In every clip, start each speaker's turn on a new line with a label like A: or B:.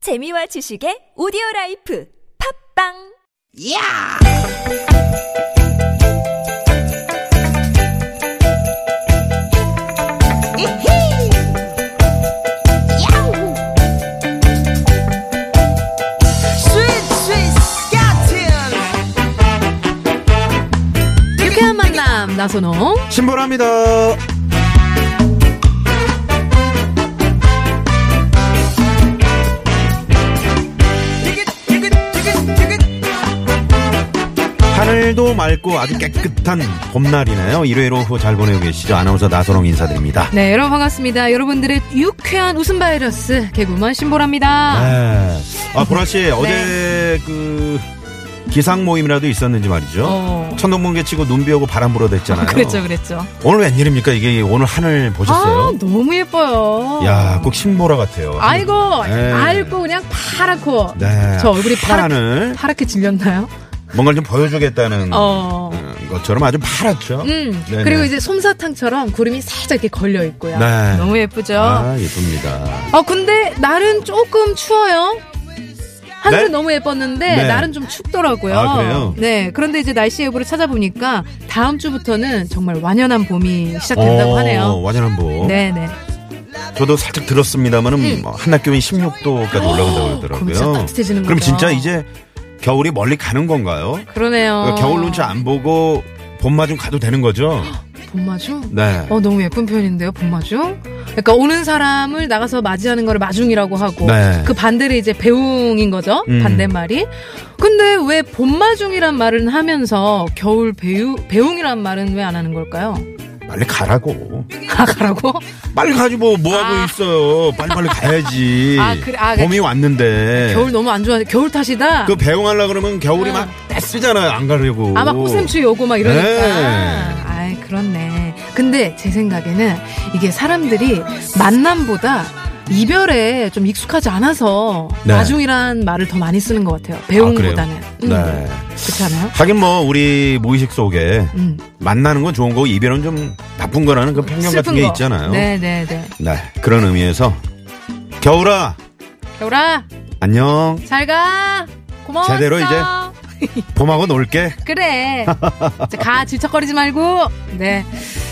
A: 재미와 지식의 오디오 라이프 팝빵
B: 야! 이히! 야우! 스윗 스윗 스카틴!
C: 유쾌한 만남 음, 나선홍
D: 신보라입니다.
B: 티켓 티켓 티켓 티켓
D: 하늘도 맑고 아주 깨끗한 봄날이네요. 일요일 오후 잘 보내고 계시죠? 아나운서 나선홍 인사드립니다.
C: 네 여러분 반갑습니다 여러분들의 유쾌한 웃음 바이러스 개구먼 신보라입니다
D: 네. 아 보라 씨 어제 그 기상 모임이라도 있었는지 말이죠.
C: 어. 그렇죠.
D: 천둥번개 치고 눈 비오고 바람 불어댔잖아요.
C: 그랬죠 그랬죠
D: 오늘 웬일입니까? 이게 오늘 하늘
C: 아
D: 네. 보셨어요?
C: 너무 예뻐요
D: 야, 꼭 신보라 같아요.
C: 아, 네. 아이고
D: 네.
C: 아이고 그냥 파랗고
D: 네.
C: 저 얼굴이 파랗,
D: 파란을
C: 파랗게 질렸나요?
D: 뭔가를 좀 보여주겠다는
C: 어
D: 음, 것처럼 아주 파랗죠.
C: 음,
D: 네네.
C: 그리고 이제 솜사탕처럼 구름이 살짝 이렇게 걸려 있고요.
D: 네.
C: 너무 예쁘죠? 아.
D: 아, 예쁩니다.
C: 어, 근데 날은 조금 추워요. 하늘은
D: 네?
C: 너무 예뻤는데
D: 네.
C: 날은 좀 춥더라고요.
D: 아, 그래요?
C: 네. 그런데 이제 날씨 예보를 찾아보니까 다음 주부터는 정말 완연한 봄이 시작된다고
D: 어,
C: 하네요.
D: 완연한 보.
C: 네, 음. 네.
D: 저도 살짝 들었습니다만은 뭐 한낮 기온이
C: 어,
D: 16도까지 올라간다고
C: 그럼 진짜
D: 그러더라고요.
C: 따뜻해지는
D: 그럼
C: 거죠.
D: 진짜 이제 겨울이 멀리 가는 건가요?
C: 그러네요.
D: 그러니까 겨울 눈치 안 보고 봄마 좀 가도 되는 거죠?
C: 봄마주?
D: 네.
C: 어, 너무 예쁜 표현인데요, 봄마중. 그러니까 오는 사람을 나가서 맞이하는 거를 마중이라고 하고
D: 네.
C: 그 반대를 이제 배웅인 거죠,
D: 음.
C: 반대말이. 근데 왜 봄마중이란 말은 하면서 겨울 배우, 배웅이란 말은 왜 안 하는 걸까요?
D: 빨리 가라고.
C: 아, 가라고?
D: 빨리 가지 뭐, 뭐 하고
C: 아.
D: 있어요. 빨리빨리 가야지.
C: 아, 그래, 아,
D: 봄이 왔는데.
C: 겨울 너무 안 좋아. 겨울
D: 네.
C: 탓이다?
D: 그 배웅하려고 그러면 겨울이
C: 아.
D: 막 떼쓰잖아요. 안 가려고.
C: 아마 꽃샘추 요고 막 이러니까.
D: 네.
C: 아이, 그렇네. 근데 제 생각에는 이게 사람들이 만남보다 이별에 좀 익숙하지 않아서
D: 네.
C: 나중이란 말을 더 많이 쓰는 것 같아요. 배웅보다는.
D: 네.
C: 음, 그렇지 않아요?
D: 하긴 뭐, 우리 무의식 속에
C: 음.
D: 만나는 건 좋은 거고, 이별은 좀 나쁜 거라는 그 편견 같은
C: 슬픈
D: 게
C: 거.
D: 있잖아요.
C: 네, 네, 네.
D: 네, 그런 의미에서 겨울아
C: 겨울아,
D: 안녕
C: 잘 가. 고마워.
D: 제대로 봄하고 놀게
C: 그래. 이제 가 질척거리지 말고. 네.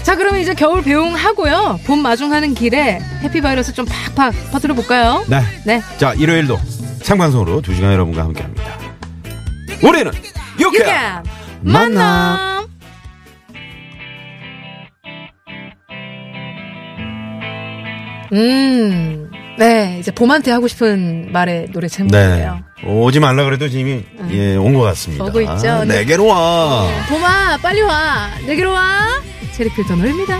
C: 자, 그러면 이제 겨울 배웅하고요. 봄 마중하는 길에 해피바이러스 좀 팍팍 퍼뜨려 볼까요?
D: 네,
C: 네.
D: 자 일요일도 생방송으로 두 시간 여러분과 함께합니다 우리는 유쾌한
C: 유쾌한
D: 만남.
C: 만남. 음, 네, 이제 봄한테 하고 싶은 말의 노래
D: 네
C: 제목이에요.
D: 오지 말라 그래도 지금 이 예, 온 것 같습니다
C: 오고 있죠.
D: 아,
C: 네.
D: 내게로 와
C: 봄아, 빨리 와. 내게로 와. 체리필터 노래입니다.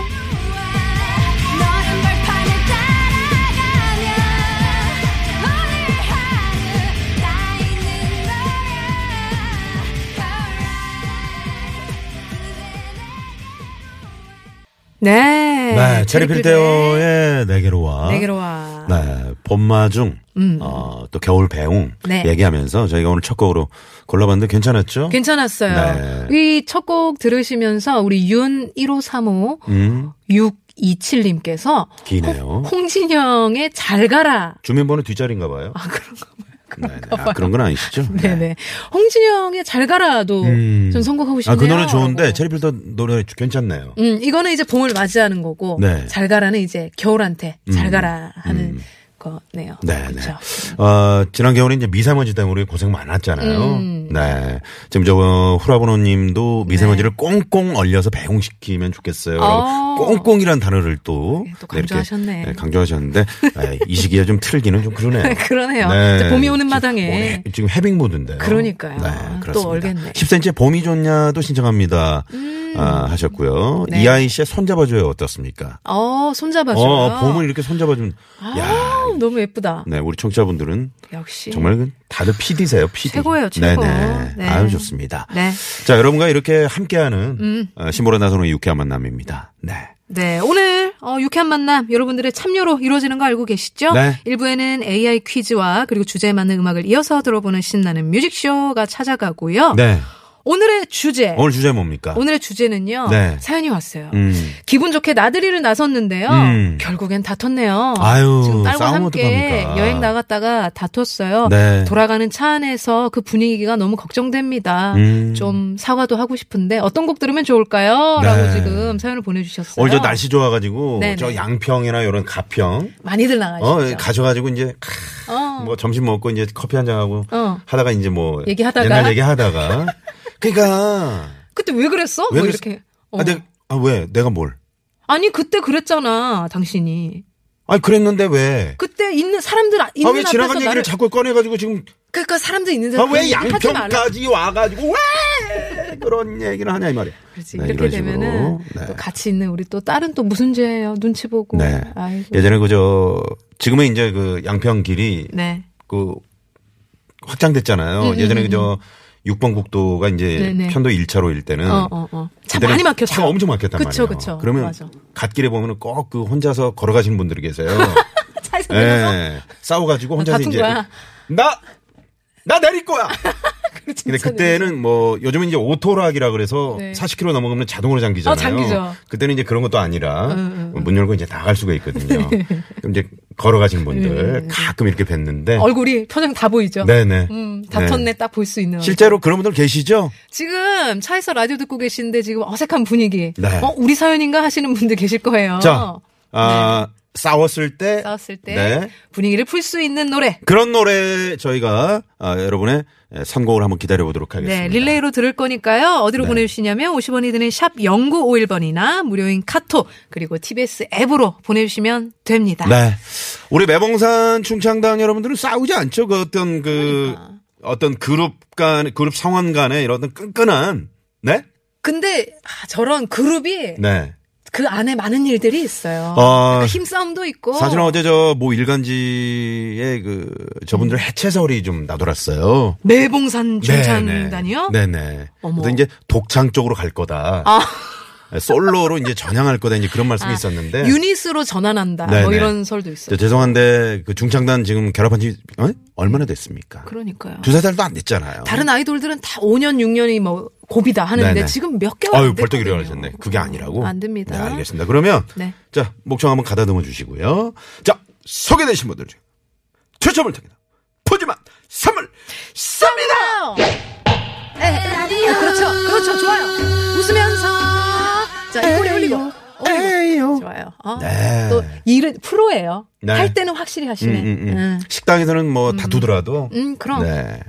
C: 네.
D: 네
C: 체리필터의
D: 체리필테어의 내게로 와
C: 내게로 와.
D: 네, 봄마중
C: 음.
D: 어, 또 겨울 배웅
C: 네.
D: 얘기하면서 저희가 오늘 첫 곡으로 골라봤는데 괜찮았죠? 네.
C: 괜찮았어요. 이 첫 곡 들으시면서 우리 윤 1535
D: 음
C: 627님께서
D: 기네요.
C: 홍진영의 잘 가라.
D: 주민번호 뒷자리인가 봐요. 아, 그런가 봐요. 그런 건 아니시죠?
C: 네네. 홍진영의 잘 가라도
D: 음.
C: 좀 선곡하고 싶네요.
D: 아, 그 노래 좋은데
C: 라고.
D: 체리필터 노래 괜찮네요.
C: 음, 이거는 이제 봄을 맞이하는 거고
D: 네.
C: 잘 가라는 이제 겨울한테 잘
D: 음.
C: 가라 하는
D: 음.
C: 거네요.
D: 네,
C: 그렇죠.
D: 네. 어, 지난 겨울에 이제 미세먼지 때문에 고생 많았잖아요.
C: 음. 네.
D: 네. 지금 저 어, 후라보노 님도 미세먼지를 꽁꽁 얼려서 배웅시키면 좋겠어요.
C: 아.
D: 라고 꽁꽁이란 단어를 또,
C: 네, 또
D: 네, 이렇게,
C: 강조하셨네.
D: 네, 강조하셨는데 네, 이 시기에 좀 틀기는 좀 그러네요.
C: 그러네요.
D: 네.
C: 이제 봄이 오는
D: 지금 뭐
C: 마당에
D: 해- 지금 해빙 모드인데요.
C: 그러니까요.
D: 네,
C: 또
D: 그렇습니다.
C: 얼겠네. 음.
D: 10cm 봄이 좋냐도 신청합니다. 아, 하셨고요.
C: 네.
D: 이아이 씨의 손잡아줘요 어떻습니까?
C: 어, 손잡아줘요.
D: 어, 봄을 이렇게 손잡아주면. 야,
C: 아우, 너무 예쁘다.
D: 네, 우리 청취자분들은
C: 역시.
D: 정말 그 다들 PD세요, PD.
C: 예. 최고예요, 최고.
D: 네네.
C: 네.
D: 아유, 좋습니다.
C: 네. 음.
D: 자, 여러분과 이렇게 함께하는 어, 신보라 나선호의 유쾌한 만남입니다. 네.
C: 네, 오늘 어, 유쾌한 만남 여러분들의 참여로 이루어지는 거 알고 계시죠?
D: 네.
C: 일부에는 AI 퀴즈와 그리고 주제에 맞는 음악을 이어서 들어보는 신나는 뮤직쇼가 찾아가고요.
D: 네.
C: 오늘의 주제.
D: 오늘 주제 뭡니까?
C: 오늘의 주제는요.
D: 네.
C: 사연이 왔어요.
D: 음.
C: 기분 좋게 나들이를 나섰는데요.
D: 음.
C: 결국엔 다퉜네요.
D: 아유,
C: 지금 딸과
D: 싸우면
C: 함께
D: 어떡합니까?
C: 여행 나갔다가 다퉜어요.
D: 네.
C: 돌아가는 차 안에서 그 분위기가 너무 걱정됩니다.
D: 음.
C: 좀 사과도 하고 싶은데 어떤 곡 들으면 좋을까요? 라고
D: 네.
C: 지금 사연을 보내주셨어요.
D: 오늘 저 날씨 좋아가지고
C: 네네.
D: 저 양평이나 이런 가평
C: 많이들 나가시죠.
D: 어 가셔가지고 이제 크,
C: 어.
D: 뭐 점심 먹고 이제 커피 한 잔 하고
C: 어.
D: 하다가 이제 뭐
C: 얘기하다가?
D: 옛날 얘기하다가 그러니까
C: 그때 왜 그랬어?
D: 왜
C: 뭐
D: 그랬-
C: 이렇게. 어.
D: 아, 내가, 아, 왜 내가 뭘
C: 아니 그때 그랬잖아 당신이.
D: 아니 그랬는데 왜?
C: 그때 있는 사람들 아-
D: 아
C: 있는
D: 왜 지나간
C: 앞에서
D: 얘기를
C: 나를
D: 자꾸 꺼내가지고 지금
C: 그러니까 사람들 있는
D: 아,
C: 사람
D: 왜 양평까지 와가지고 왜 그런 얘기를 하냐 이 말이야.
C: 그렇지
D: 네,
C: 이렇게
D: 이런 식으로.
C: 되면은
D: 네.
C: 또 같이 있는 우리 또 딸은 또 무슨 죄예요 눈치 보고.
D: 네.
C: 아이고.
D: 예전에 그저 지금은 이제 그 양평 길이
C: 네.
D: 그
C: 음,
D: 확장됐잖아요. 예전에 그저 6번 국도가 이제
C: 네네.
D: 편도 1차로일 때는
C: 어, 어, 어. 차
D: 음. 그때는
C: 많이 막혔어.
D: 차가 엄청 막혔단
C: 그쵸,
D: 말이에요.
C: 그쵸.
D: 그러면
C: 맞아.
D: 갓길에 보면은 꼭 그 혼자서 걸어가시는 분들이 계세요.
C: 차에서
D: 예.
C: 내려서
D: 싸워가지고 혼자서
C: 다툰
D: 이제
C: 거야.
D: 나! 나 내릴 거야!
C: 그렇죠.
D: 근데 그때는 뭐 요즘은 이제 오토락이라 그래서
C: 네.
D: 40km 넘어가면 자동으로 잠기잖아요.
C: 어, 잠기죠.
D: 그때는 이제 그런 것도 아니라 뭐 문 열고 이제 나갈 수가 있거든요.
C: 네.
D: 그럼 이제 걸어가신 분들 가끔 이렇게 뵀는데
C: 얼굴이 표정 다 보이죠.
D: 네. 네네.
C: 음, 다퉜네
D: 네.
C: 딱 볼 수 있는.
D: 실제로 그런 분들 계시죠?
C: 지금 차에서 라디오 듣고 계시는데 지금 어색한 분위기.
D: 네.
C: 어, 우리 사연인가 하시는 분들 계실 거예요.
D: 자, 아, 싸웠을 때
C: 어. 네. 싸웠을 때
D: 네.
C: 분위기를 풀 수 있는 노래.
D: 그런 노래 저희가 아, 여러분의 선곡을 한번 기다려 보도록 하겠습니다. 네.
C: 네, 릴레이로 들을 거니까요. 어디로 보내주시냐면 50원이 드는 샵 0951번이나 무료인 카톡 그리고 TBS 앱으로 보내주시면 됩니다.
D: 네. 우리 매봉산 충창단 여러분들은 싸우지 않죠? 그 어떤 그
C: 그러니까.
D: 어떤 그룹 간 그룹 성원 간의 이런 어떤 끈끈한 네?
C: 근데 아, 저런 그룹이
D: 네.
C: 그 안에 많은 일들이 있어요.
D: 어,
C: 그 힘싸움도 있고.
D: 사실 은 어제 저 뭐 일간지에 그 저분들
C: 음.
D: 해체설이 좀 나돌았어요.
C: 매봉산
D: 네네.
C: 중창단이요?
D: 네네.
C: 어머.
D: 그래서 이제 독창 쪽으로 갈 거다. 네,
C: 아.
D: 솔로로 이제 전향할 거다 이제 그런 말씀이
C: 아,
D: 있었는데.
C: 유닛으로 전환한다. 뭐
D: 네네.
C: 이런 설도 있어요.
D: 저 죄송한데 그 중창단 지금 결합한 지 어? 얼마나 됐습니까?
C: 그러니까요.
D: 두세 달도 안 됐잖아요.
C: 다른 아이돌들은 다 5년, 6년이 뭐 고비다 하는데
D: 네네.
C: 지금 몇 개월
D: 아유
C: 안
D: 벌떡
C: 됐거든요.
D: 일어나셨네. 그게 아니라고.
C: 안 됩니다.
D: 네, 알겠습니다. 그러면
C: 네.
D: 자 목청 한번 가다듬어 주시고요. 자 소개되신 분들 중 추첨을 통해 서 푸짐한 선물 쏩니다.
C: 네, 네, 그렇죠. 그렇죠. 좋아요. 웃으면서 자, 이 꼬리 올리고. 올리고.
D: 에이요.
C: 좋아요. 어.
D: 네.
C: 또 일은 프로예요.
D: 네.
C: 할 때는 확실히 하시네.
D: 음, 음, 음.
C: 음.
D: 식당에서는 뭐 다투더라도
C: 음, 그럼.
D: 네.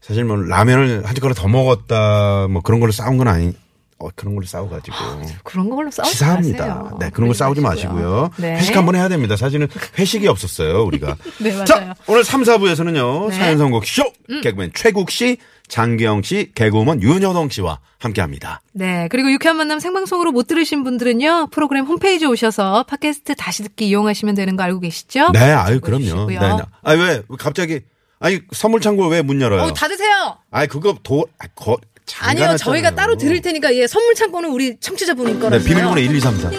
D: 사실 뭐 라면을 한 젓가락 더 먹었다 뭐 그런 걸로 싸운 건 아니. 어 그런 걸로 싸워가지고.
C: 아, 그런 걸로 싸우지
D: 치사합니다.
C: 어, 마세요.
D: 네, 그런 거 싸우지 마시고요.
C: 네.
D: 회식 한번 해야 됩니다. 사실은 회식이 없었어요, 우리가.
C: 네, 맞아요.
D: 자, 오늘 3, 4부에서는요,
C: 네.
D: 사연 선곡 쇼! 개그맨 최국 씨, 장기영 씨, 개그우먼 윤여동 씨와 함께 합니다.
C: 네, 그리고 유쾌한 만남 생방송으로 못 들으신 분들은요, 프로그램 홈페이지에 오셔서 팟캐스트 다시 듣기 이용하시면 되는 거 알고 계시죠?
D: 네, 아유, 그럼요. 네,
C: 어, 보시고요.
D: 네. 아, 왜, 왜 갑자기, 아니, 선물창고 왜 문 열어요?
C: 어, 다 드세요!
D: 아니, 그거 도, 아, 거, 장난
C: 아니요,
D: 같잖아요.
C: 저희가 따로 드릴 테니까, 예, 선물 창고는 우리 청취자분인 거라서.
D: 네, 비밀번호 1, 2, 3, 4.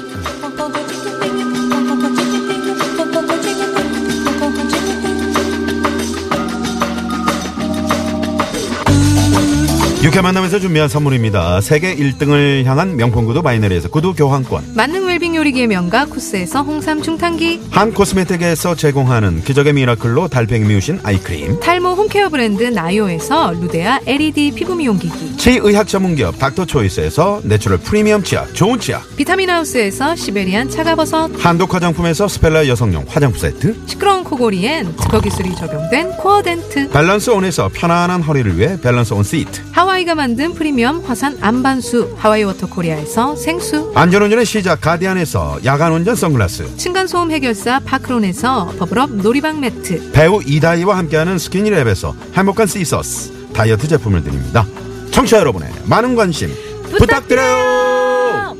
D: 육회 만남에서 준비한 선물입니다. 세계 1등을 향한 명품 구두 바이너리에서 구두 교환권.
C: 만능 웰빙 요리기의 명가 쿠스에서 홍삼 충탄기,
D: 한 코스메틱에서 제공하는 기적의 미라클로 달팽이 뮤신 아이크림.
C: 탈모 홈케어 브랜드 나요에서 루데아 LED 피부 미용기기,
D: 치의학 전문기업 닥터초이스에서 내추럴 프리미엄 치약, 좋은 치약.
C: 비타민 하우스에서 시베리안 차가버섯,
D: 한독 화장품에서 스펠라 여성용 화장품 세트.
C: 시끄러운 코골이엔 특허 기술이 적용된 코어 덴트,
D: 밸런스 온에서 편안한 허리를 위해 밸런스 온 시트.
C: 하와이가 만든 프리미엄 화산 안반수, 하와이 워터 코리아에서 생수,
D: 안전운전의 시작 가디안에서 야간운전 선글라스.
C: 층간소음 해결사 파크론에서 버블업 놀이방 매트
D: 배우 이다희와 함께하는 스키니랩에서 행복한 씨서스 다이어트 제품을 드립니다. 청취자 여러분의 많은 관심 부탁드려요.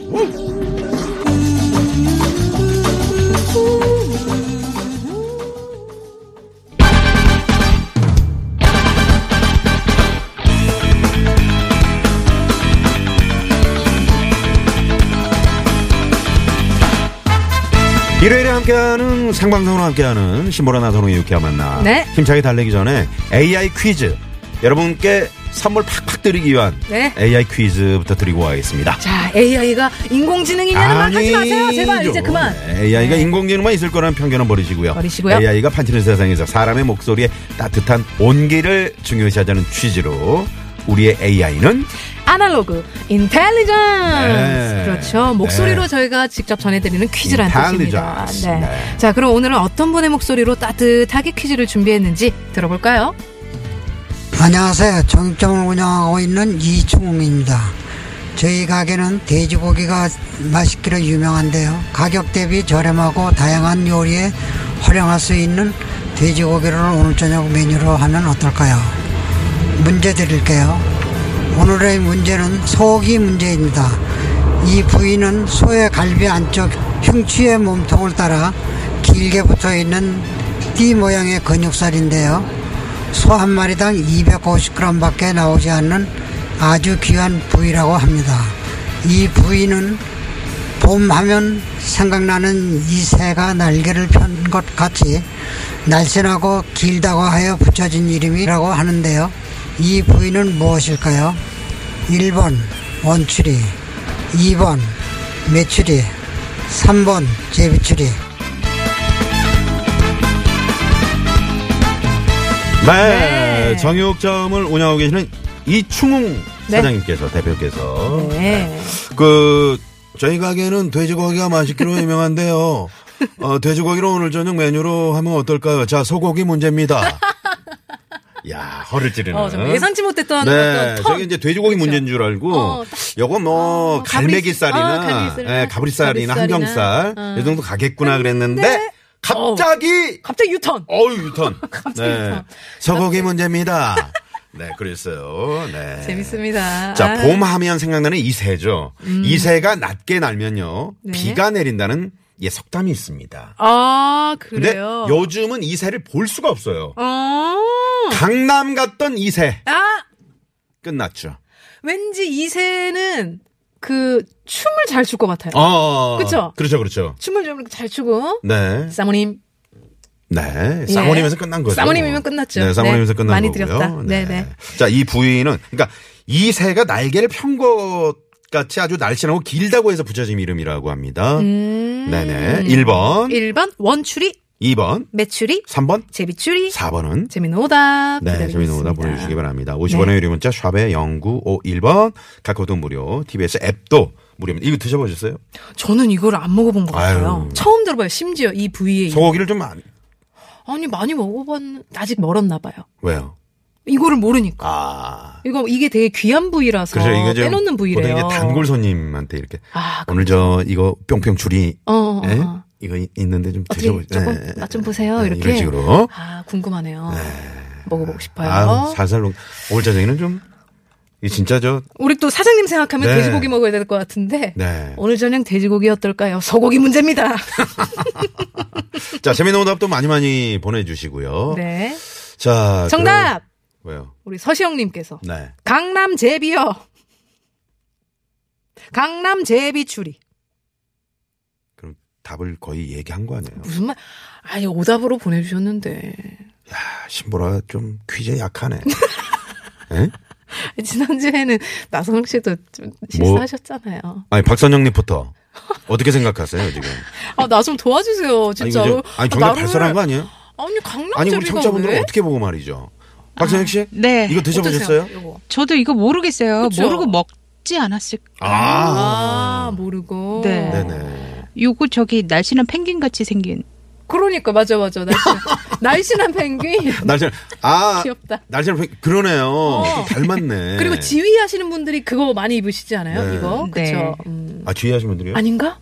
D: 일요일에 함께하는 생방송으로 함께하는 신보라 나선홍의 유쾌한 만나
C: 네.
D: 힘차게 달리기 전에 AI 퀴즈 여러분께 선물 팍팍 드리기 위한
C: 네.
D: AI 퀴즈부터 드리고 가겠습니다.
C: 자, AI가 인공지능이냐는 말 하지 마세요.
D: 아니죠.
C: 제발
D: 네.
C: 이제 그만. 네.
D: AI가 인공지능만 있을 거라는 편견은 버리시고요.
C: 버리시고요.
D: AI가 판치는 세상에서 사람의 목소리에 따뜻한 온기를 중요시하자는 취지로 우리의 AI는
C: 아날로그 인텔리전스
D: 네.
C: 그렇죠 목소리로
D: 네.
C: 저희가 직접 전해드리는 퀴즈란 뜻입니다
D: Intelligence.
C: 네.
D: 네.
C: 자 그럼 오늘은 어떤 분의 목소리로 따뜻하게 퀴즈를 준비했는지 들어볼까요
E: 안녕하세요. 정점을 운영하고 있는 이충웅입니다. 저희 가게는 돼지고기가 맛있기로 유명한데요. 가격 대비 저렴하고 다양한 요리에 활용할 수 있는 돼지고기를 오늘 저녁 메뉴로 하면 어떨까요? 문제 드릴게요. 오늘의 문제는 소고기 문제입니다. 이 부위는 소의 갈비 안쪽 흉추의 몸통을 따라 길게 붙어 있는 띠 모양의 근육살인데요. 소 한 마리당 250g 밖에 나오지 않는 아주 귀한 부위라고 합니다. 이 부위는 봄하면 생각나는 이 새가 날개를 편 것 같이 날씬하고 길다고 하여 붙여진 이름이라고 하는데요. 이 부위는 무엇일까요? 1번 원추리, 2번 메추리, 3번 제비추리.
D: 네,
C: 네.
D: 정육점을 운영하고 계시는 이충웅
C: 네.
D: 사장님께서 대표께서
C: 네
D: 그 저희 가게는 돼지고기가 맛있기로 유명한데요. 어, 돼지고기로 오늘 저녁 메뉴로 하면 어떨까요? 자, 소고기 문제입니다. 야, 허를 찌르는.
C: 어, 정말 예상치 못했던
D: 네,
C: 어떤 턴.
D: 저게 이제 돼지고기
C: 그렇죠.
D: 문제인 줄 알고,
C: 어,
D: 요거 뭐
C: 어,
D: 갈매기살이나,
C: 가브리- 아, 갈매기살이나,
D: 예, 가브리살이나
C: 가브리살이나.
D: 항정살
C: 어.
D: 이 정도 가겠구나 그랬는데 갑자기
C: 갑자기 유턴
D: 어우 유턴. 네,
C: 유턴.
D: 소고기 문제입니다. 네, 그랬어요. 네,
C: 재밌습니다
D: 자,
C: 아,
D: 봄하면 생각나는 이 새죠. 이 새가 낮게 날면요.
C: 네.
D: 비가 내린다는 예 속담이 있습니다.
C: 아
D: 근데
C: 그래요
D: 요즘은 이 새를 볼 수가 없어요.
C: 어
D: 강남 갔던 이 새.
C: 아,
D: 끝났죠.
C: 왠지 이 새는 그 춤을 잘 출 것 같아요
D: 어.
C: 그쵸?
D: 그렇죠, 그렇죠.
C: 춤을 좀 이렇게 잘 추고
D: 네.
C: 사모님
D: 네. 사모님에서 끝난 거죠.
C: 사모님이면 예. 끝났죠.
D: 네, 사모님에서
C: 네,
D: 끝난
C: 많이
D: 거고요.
C: 드렸다. 네, 네.
D: 자, 이 부위는 그러니까 이 새가 날개를 편 것 같이 아주 날씬하고 길다고 해서 붙여진 이름이라고 합니다.
C: 음.
D: 네네. 1번,
C: 1번 원추리
D: 2번,
C: 메추리
D: 3번,
C: 제비추리
D: 4번은
C: 재미있는 오답
D: 네,
C: 기다리고 네.
D: 재미있는 오답
C: 있습니다.
D: 보내주시기 바랍니다. 50원의 유료 문자 샵에 0951번 카카오톡 무료 TBS 앱도 무료입니다. 이거 드셔보셨어요?
C: 저는 이걸 안 먹어본 것 같아요.
D: 아유.
C: 처음 들어봐요. 심지어 이 부위에
D: 소고기를 좀
C: 예.
D: 많이
C: 아니 많이 먹어봤는데 아직 멀었나 봐요.
D: 왜요?
C: 이거를 모르니까
D: 아
C: 이거 이게 되게 귀한 부위라서
D: 그렇죠. 이거 좀
C: 빼놓는 부위래요.
D: 보통 이제 단골 손님한테 이렇게
C: 아,
D: 오늘 저 이거 뿅뿅 줄이
C: 어, 어,
D: 예?
C: 어.
D: 이거 이- 있는데 좀
C: 어떻게
D: 드셔보세요. 예, 네,
C: 조금 맛 좀 보세요. 이렇게
D: 이런 식으로
C: 아 궁금하네요. 먹어보고 싶어요.
D: 아 살살 녹. 오늘 저녁에는 좀 이게 진짜 저
C: 우리 또 사장님 생각하면
D: 네.
C: 돼지고기 먹어야 될 것 같은데
D: 네.
C: 오늘 저녁 돼지고기 어떨까요? 소고기 문제입니다.
D: 자, 재미있는 오답도 많이 많이 보내주시고요.
C: 네.
D: 자.
C: 정답
D: 어? 아, 그럼- 왜요?
C: 우리 서시영님께서
D: 네.
C: 강남 제비요. 강남 제비 추리
D: 그럼 답을 거의 얘기한 거 아니에요?
C: 무슨 말? 아니 오답으로 보내주셨는데
D: 야, 아, 신보라 좀 퀴즈에 약하네.
C: 지난 주에는 나선홍 씨도
D: 뭐?
C: 좀 실수하셨잖아요.
D: 아니, 박선영 리포터. 어떻게 생각하세요, 지금?
C: 아 나 좀 도와주세요,
D: 아니,
C: 진짜.
D: 이거 저- 아니, 정답
C: 나를-
D: 발설한 거 아니에요?
C: 아니 강남
D: 아니, 우리
C: 제비가
D: 청자분들은
C: 왜?
D: 어떻게 보고 말이죠? 박선영 씨?
F: 네.
D: 이거 드셔보셨어요?
C: 어떠세요, 이거?
F: 저도 이거 아, 모르겠어요.
C: 그쵸?
F: 모르고 먹지 않았을까.
C: 아, 모르고.
F: 네.
D: 네네.
F: 요거 저기 날씬한 펭귄 같이 생긴.
C: 그러니까 맞아 맞아 날씬한, 날씬한 펭귄.
D: 날씨는, 아.
C: 귀엽다.
D: 날씨는, 굉- 그러네요. 좀 닮았네.
C: 그리고 지휘하시는 분들이 그거 많이 입으시지 않아요?
D: 네.
C: 이거
F: 네.
C: 그렇죠. 음.
D: 아, 주의하신 분들이요?
C: 아닌가?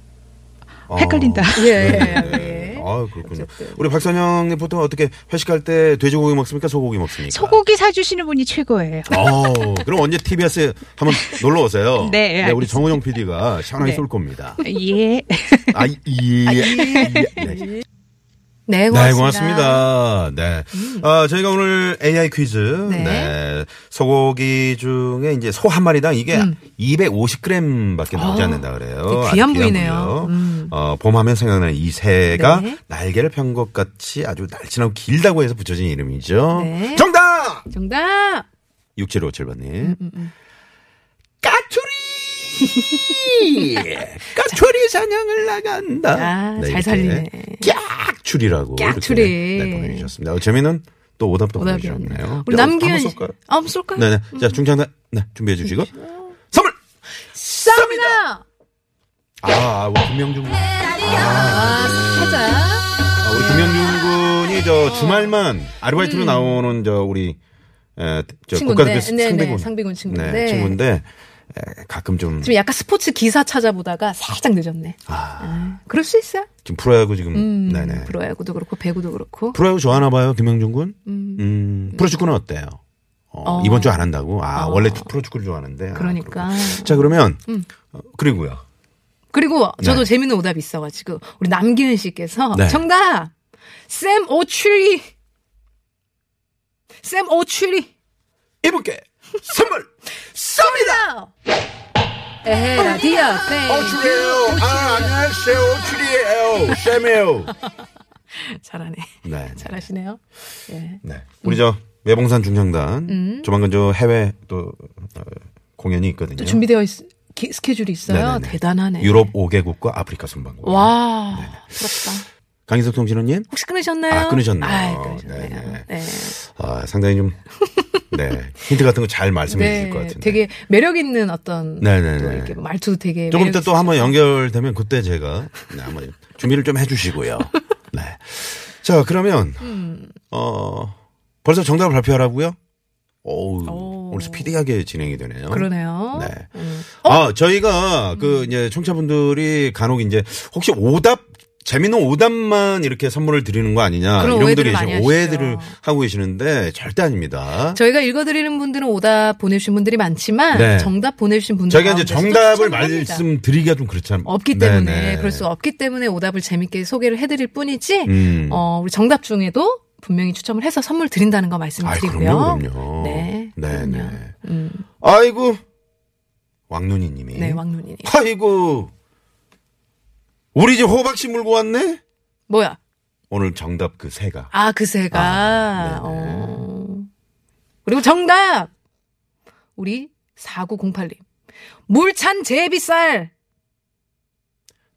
D: 아.
F: 헷갈린다.
C: 예.
D: 네.
C: 예.
D: 아, 그렇군요.
C: 어쨌든.
D: 우리 박선영 리포터 어떻게 회식할 때 돼지고기 먹습니까? 소고기 먹습니까?
F: 소고기 사주시는 분이 최고예요.
D: 어, 그럼 언제 TBS 한번 놀러 오세요.
F: 네,
D: 우리 정우영 PD가 시원하게
F: 네.
D: 쏠 겁니다.
F: 예.
D: 아, 이, 이, 네.
C: 네,
D: 네, 고맙습니다. 네. 아, 저희가 오늘 AI 퀴즈. 네.
C: 음. 네.
D: 소고기 중에 이제 소 한 마리당 이게 250g 밖에 나오지 않는다 그래요.
C: 음. 아, 되게 귀한
D: 아주
C: 부위네요.
D: 부위고요.
C: 음.
D: 어, 봄하면 생각나는 이 새가
C: 네.
D: 날개를 편 것 같이 아주 날씬하고 길다고 해서 붙여진 이름이죠.
C: 네.
D: 정답!
C: 정답. 음,
D: 6757번님. 까투리! 까투리 사냥을 나간다.
C: 아,
D: 네,
C: 잘
D: 이렇게
C: 살리네.
D: 깍추리라고.
C: 깍추리.
D: 이렇게, 네, 보내주셨습니다. 어, 재미는 또 오답도
C: 오답이었네.
D: 보내주셨네요.
C: 우리
D: 자,
C: 남기현
D: 한번
C: 씨.
D: 쏠까요?
C: 아, 한번 쏠까요?
D: 네네. 자, 중장단, 네, 준비해 주시고. 선물! 쌉니다!
C: 아,
D: 아, 우리 김명중 군.
C: 네, 아, 사자.
D: 아, 우리 김명중 군이 저 주말만 아르바이트로 나오는 저 우리, 에, 저
C: 음. 친구인데.
D: 국가대표
C: 네네,
D: 상비군.
C: 상비군 친구인데.
D: 네, 친구인데, 에, 가끔 좀,
C: 지금 약간 스포츠 기사 찾아보다가 살짝 늦었네.
D: 아,
C: 아, 그럴 수 있어.
D: 지금 프로야구 지금,
C: 음,
D: 네네.
C: 프로야구도 그렇고 배구도 그렇고.
D: 프로야구 좋아하나 봐요, 김명중 군?
C: 음,
D: 음, 프로축구는 어때요? 어,
C: 어.
D: 이번 주 안 한다고? 아,
C: 어.
D: 원래 프로축구를 좋아하는데. 아,
C: 그러니까. 음.
D: 그렇구나. 자, 그러면, 어, 그리고요.
C: 그리고
D: 네.
C: 저도 재밌는 오답이 있어가지고 우리 남기현 씨께서
D: 네.
C: 정답 쌤 오추리 쌤 오추리
D: 이분께 선물 쏩니다!
C: 에헤 라디오
D: 오출이에요! 아, 안녕하세요. 오출이에요. 쌤이에요.
C: 잘하네
D: 네.
C: 잘하시네요 예.
D: 네. 우리 저, 매봉산 중창단.
C: 음.
D: 조만간 저 해외 또, 어, 공연이 있거든요.
C: 또 준비되어 있, 기- 스케줄이 있어요
D: 네. 네네네.
C: 대단하네
D: 유럽 5개국과 아프리카 순방국.
C: 와 부럽다
D: 강희석 통신원님?
C: 혹시 끊으셨나요?
D: 아, 끊으셨네요.
C: 아, 끊으셨네요.
D: 네네.
C: 네.
D: 아, 상당히 좀, 네. 힌트 같은 거 잘 말씀해
C: 네,
D: 주실 것 같은데.
C: 되게 매력 있는 어떤
D: 네네네.
C: 또 이렇게 말투도 되게
D: 조금
C: 네, 매력
D: 이따 또 한번 연결되면 그때 제가 네, 한번 준비를 좀 해주시고요. 네. 자 그러면 어 벌써 정답을 발표하라고요? 오우
C: 오.
D: 오늘 스피디하게 진행이 되네요.
C: 어. 그러네요
D: 네.
C: 음.
D: 아 저희가 그 이제 청취자분들이 간혹 이제 혹시 오답 재미있는 오답만 이렇게 선물을 드리는 거 아니냐
C: 그런
D: 이런 분들이
C: 오해들을 많이
D: 계시-
C: 하시죠.
D: 오해들을 하고 계시는데 절대 아닙니다.
C: 저희가 읽어드리는 분들은 오답 보내주신 분들이 많지만
D: 네.
C: 정답 보내주신 분들
D: 저희가 이제
C: 가운데서도
D: 정답을
C: 추첨을 네, 합니다.
D: 말씀드리기가 좀 그렇지 않
C: 없기 때문에
D: 네네.
C: 그럴 수 없기 때문에 오답을 재밌게 소개를 해드릴 뿐이지
D: 음.
C: 어, 우리 정답 중에도 분명히 추첨을 해서 선물 드린다는 거
D: 아이,
C: 말씀드리고요.
D: 그럼요, 그럼요.
C: 네,
D: 네,
C: 그럼요.
D: 네.
C: 음,
D: 아이고, 왕눈이님이.
C: 네, 왕눈이님.
D: 아이고, 우리 집 호박씨 물고 왔네.
C: 뭐야?
D: 오늘 정답 그 새가.
C: 아, 그새가.
D: 아, 네네.
C: 어. 그리고 정답! 우리 4908님. 물찬 제비쌀!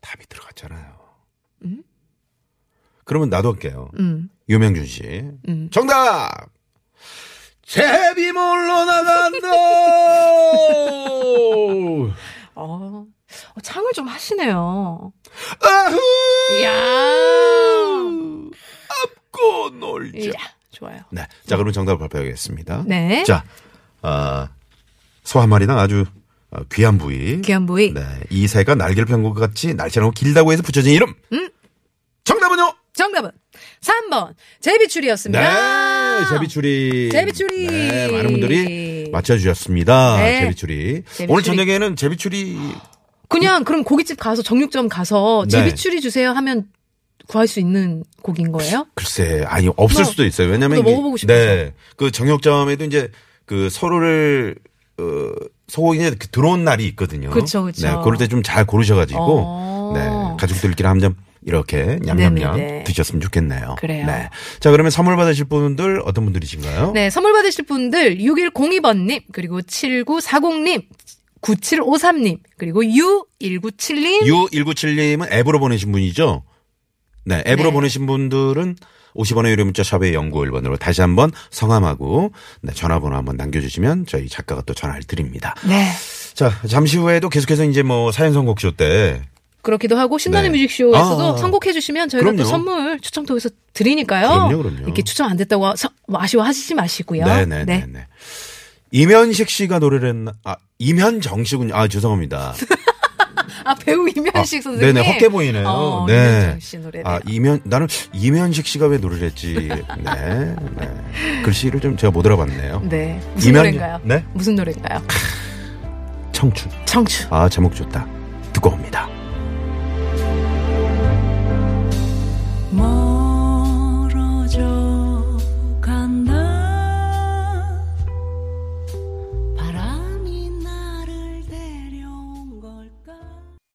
D: 답이 들어갔잖아요.
C: 음?
D: 그러면 나도 할게요.
C: 음,
D: 유명준 씨.
C: 음.
D: 정답! 제비 몰러 나간다!
C: 어, 어, 창을 좀 하시네요.
D: 아후!
C: 이야!
D: 고 놀자.
C: 이야, 좋아요.
D: 네. 자, 그럼 정답을 발표하겠습니다.
C: 네.
D: 자, 아, 소 한 마리당 아주 어, 귀한 부위.
C: 귀한 부위.
D: 네. 이 새가 날개를 편 것 같이 날씬하고 길다고 해서 붙여진 이름.
C: 음.
D: 정답은요?
C: 정답은 3번 제비추리였습니다.
D: 네. 제비추리.
C: 제비추리.
D: 네. 많은 분들이 맞춰주셨습니다.
C: 네.
D: 제비추리.
C: 제비추리.
D: 오늘 저녁에는 제비추리.
C: 그냥 그럼 고깃집 가서 정육점 가서
D: 네.
C: 제비추리 주세요 하면 구할 수 있는 고기인 거예요?
D: 글쎄, 아니, 없을
C: 나-
D: 수도 있어요. 왜냐면.
C: 나도
D: 이게-
C: 뭐, 먹어보고 싶어서.
D: 네. 그 정육점에도 이제 그 서로를 어, 소고기 이제 그 들어온 날이 있거든요.
C: 그쵸, 그쵸.
D: 네, 그럴 때 좀 잘 고르셔가지고
C: 어.
D: 네, 가족들끼리 한 점 이렇게 냠냠냠
C: 네네네.
D: 드셨으면 좋겠네요.
C: 그래요.
D: 네. 자, 그러면 선물 받으실 분들 어떤 분들이신가요?
C: 네, 선물 받으실 분들 6102번님 그리고 7940님 9753님 그리고 U1971님
D: 유197님은 앱으로 보내신 분이죠? 네, 앱으로
C: 네.
D: 보내신 분들은 50원의 유료 문자 샵의 연구 1번으로 다시 한번 성함하고 네, 전화번호 한번 남겨주시면 저희 작가가 또 전화를 드립니다.
C: 네
D: 자, 잠시 후에도 계속해서 이제 뭐 사연 선곡쇼 때
C: 그렇기도 하고 신나는
D: 네.
C: 뮤직쇼에서도
D: 아,
C: 선곡해 주시면 저희가
D: 그럼요.
C: 또 선물 추첨 통해서 드리니까요.
D: 그럼요, 그럼요.
C: 이렇게 추첨 안 됐다고 하- 서- 뭐 아쉬워하시지 마시고요.
D: 네네네. 네. 이면식 씨가 노래를 했나? 아, 이면정 씨군요. 아, 죄송합니다.
C: 아 배우 이면식
D: 아,
C: 선생님.
D: 네네, 헛개 보이네요.
C: 어,
D: 네.
C: 이면정 씨 노래.
D: 아, 이면, 나는 이면식 씨가 왜 노래를 했지. 네. 네. 글씨를 좀 제가 못 알아봤네요.
C: 네. 무슨
D: 이면-
C: 노래인가요?
D: 네?
C: 무슨 노래인가요?
D: 청춘.
C: 청춘.
D: 아, 제목 좋다. 듣고 옵니다.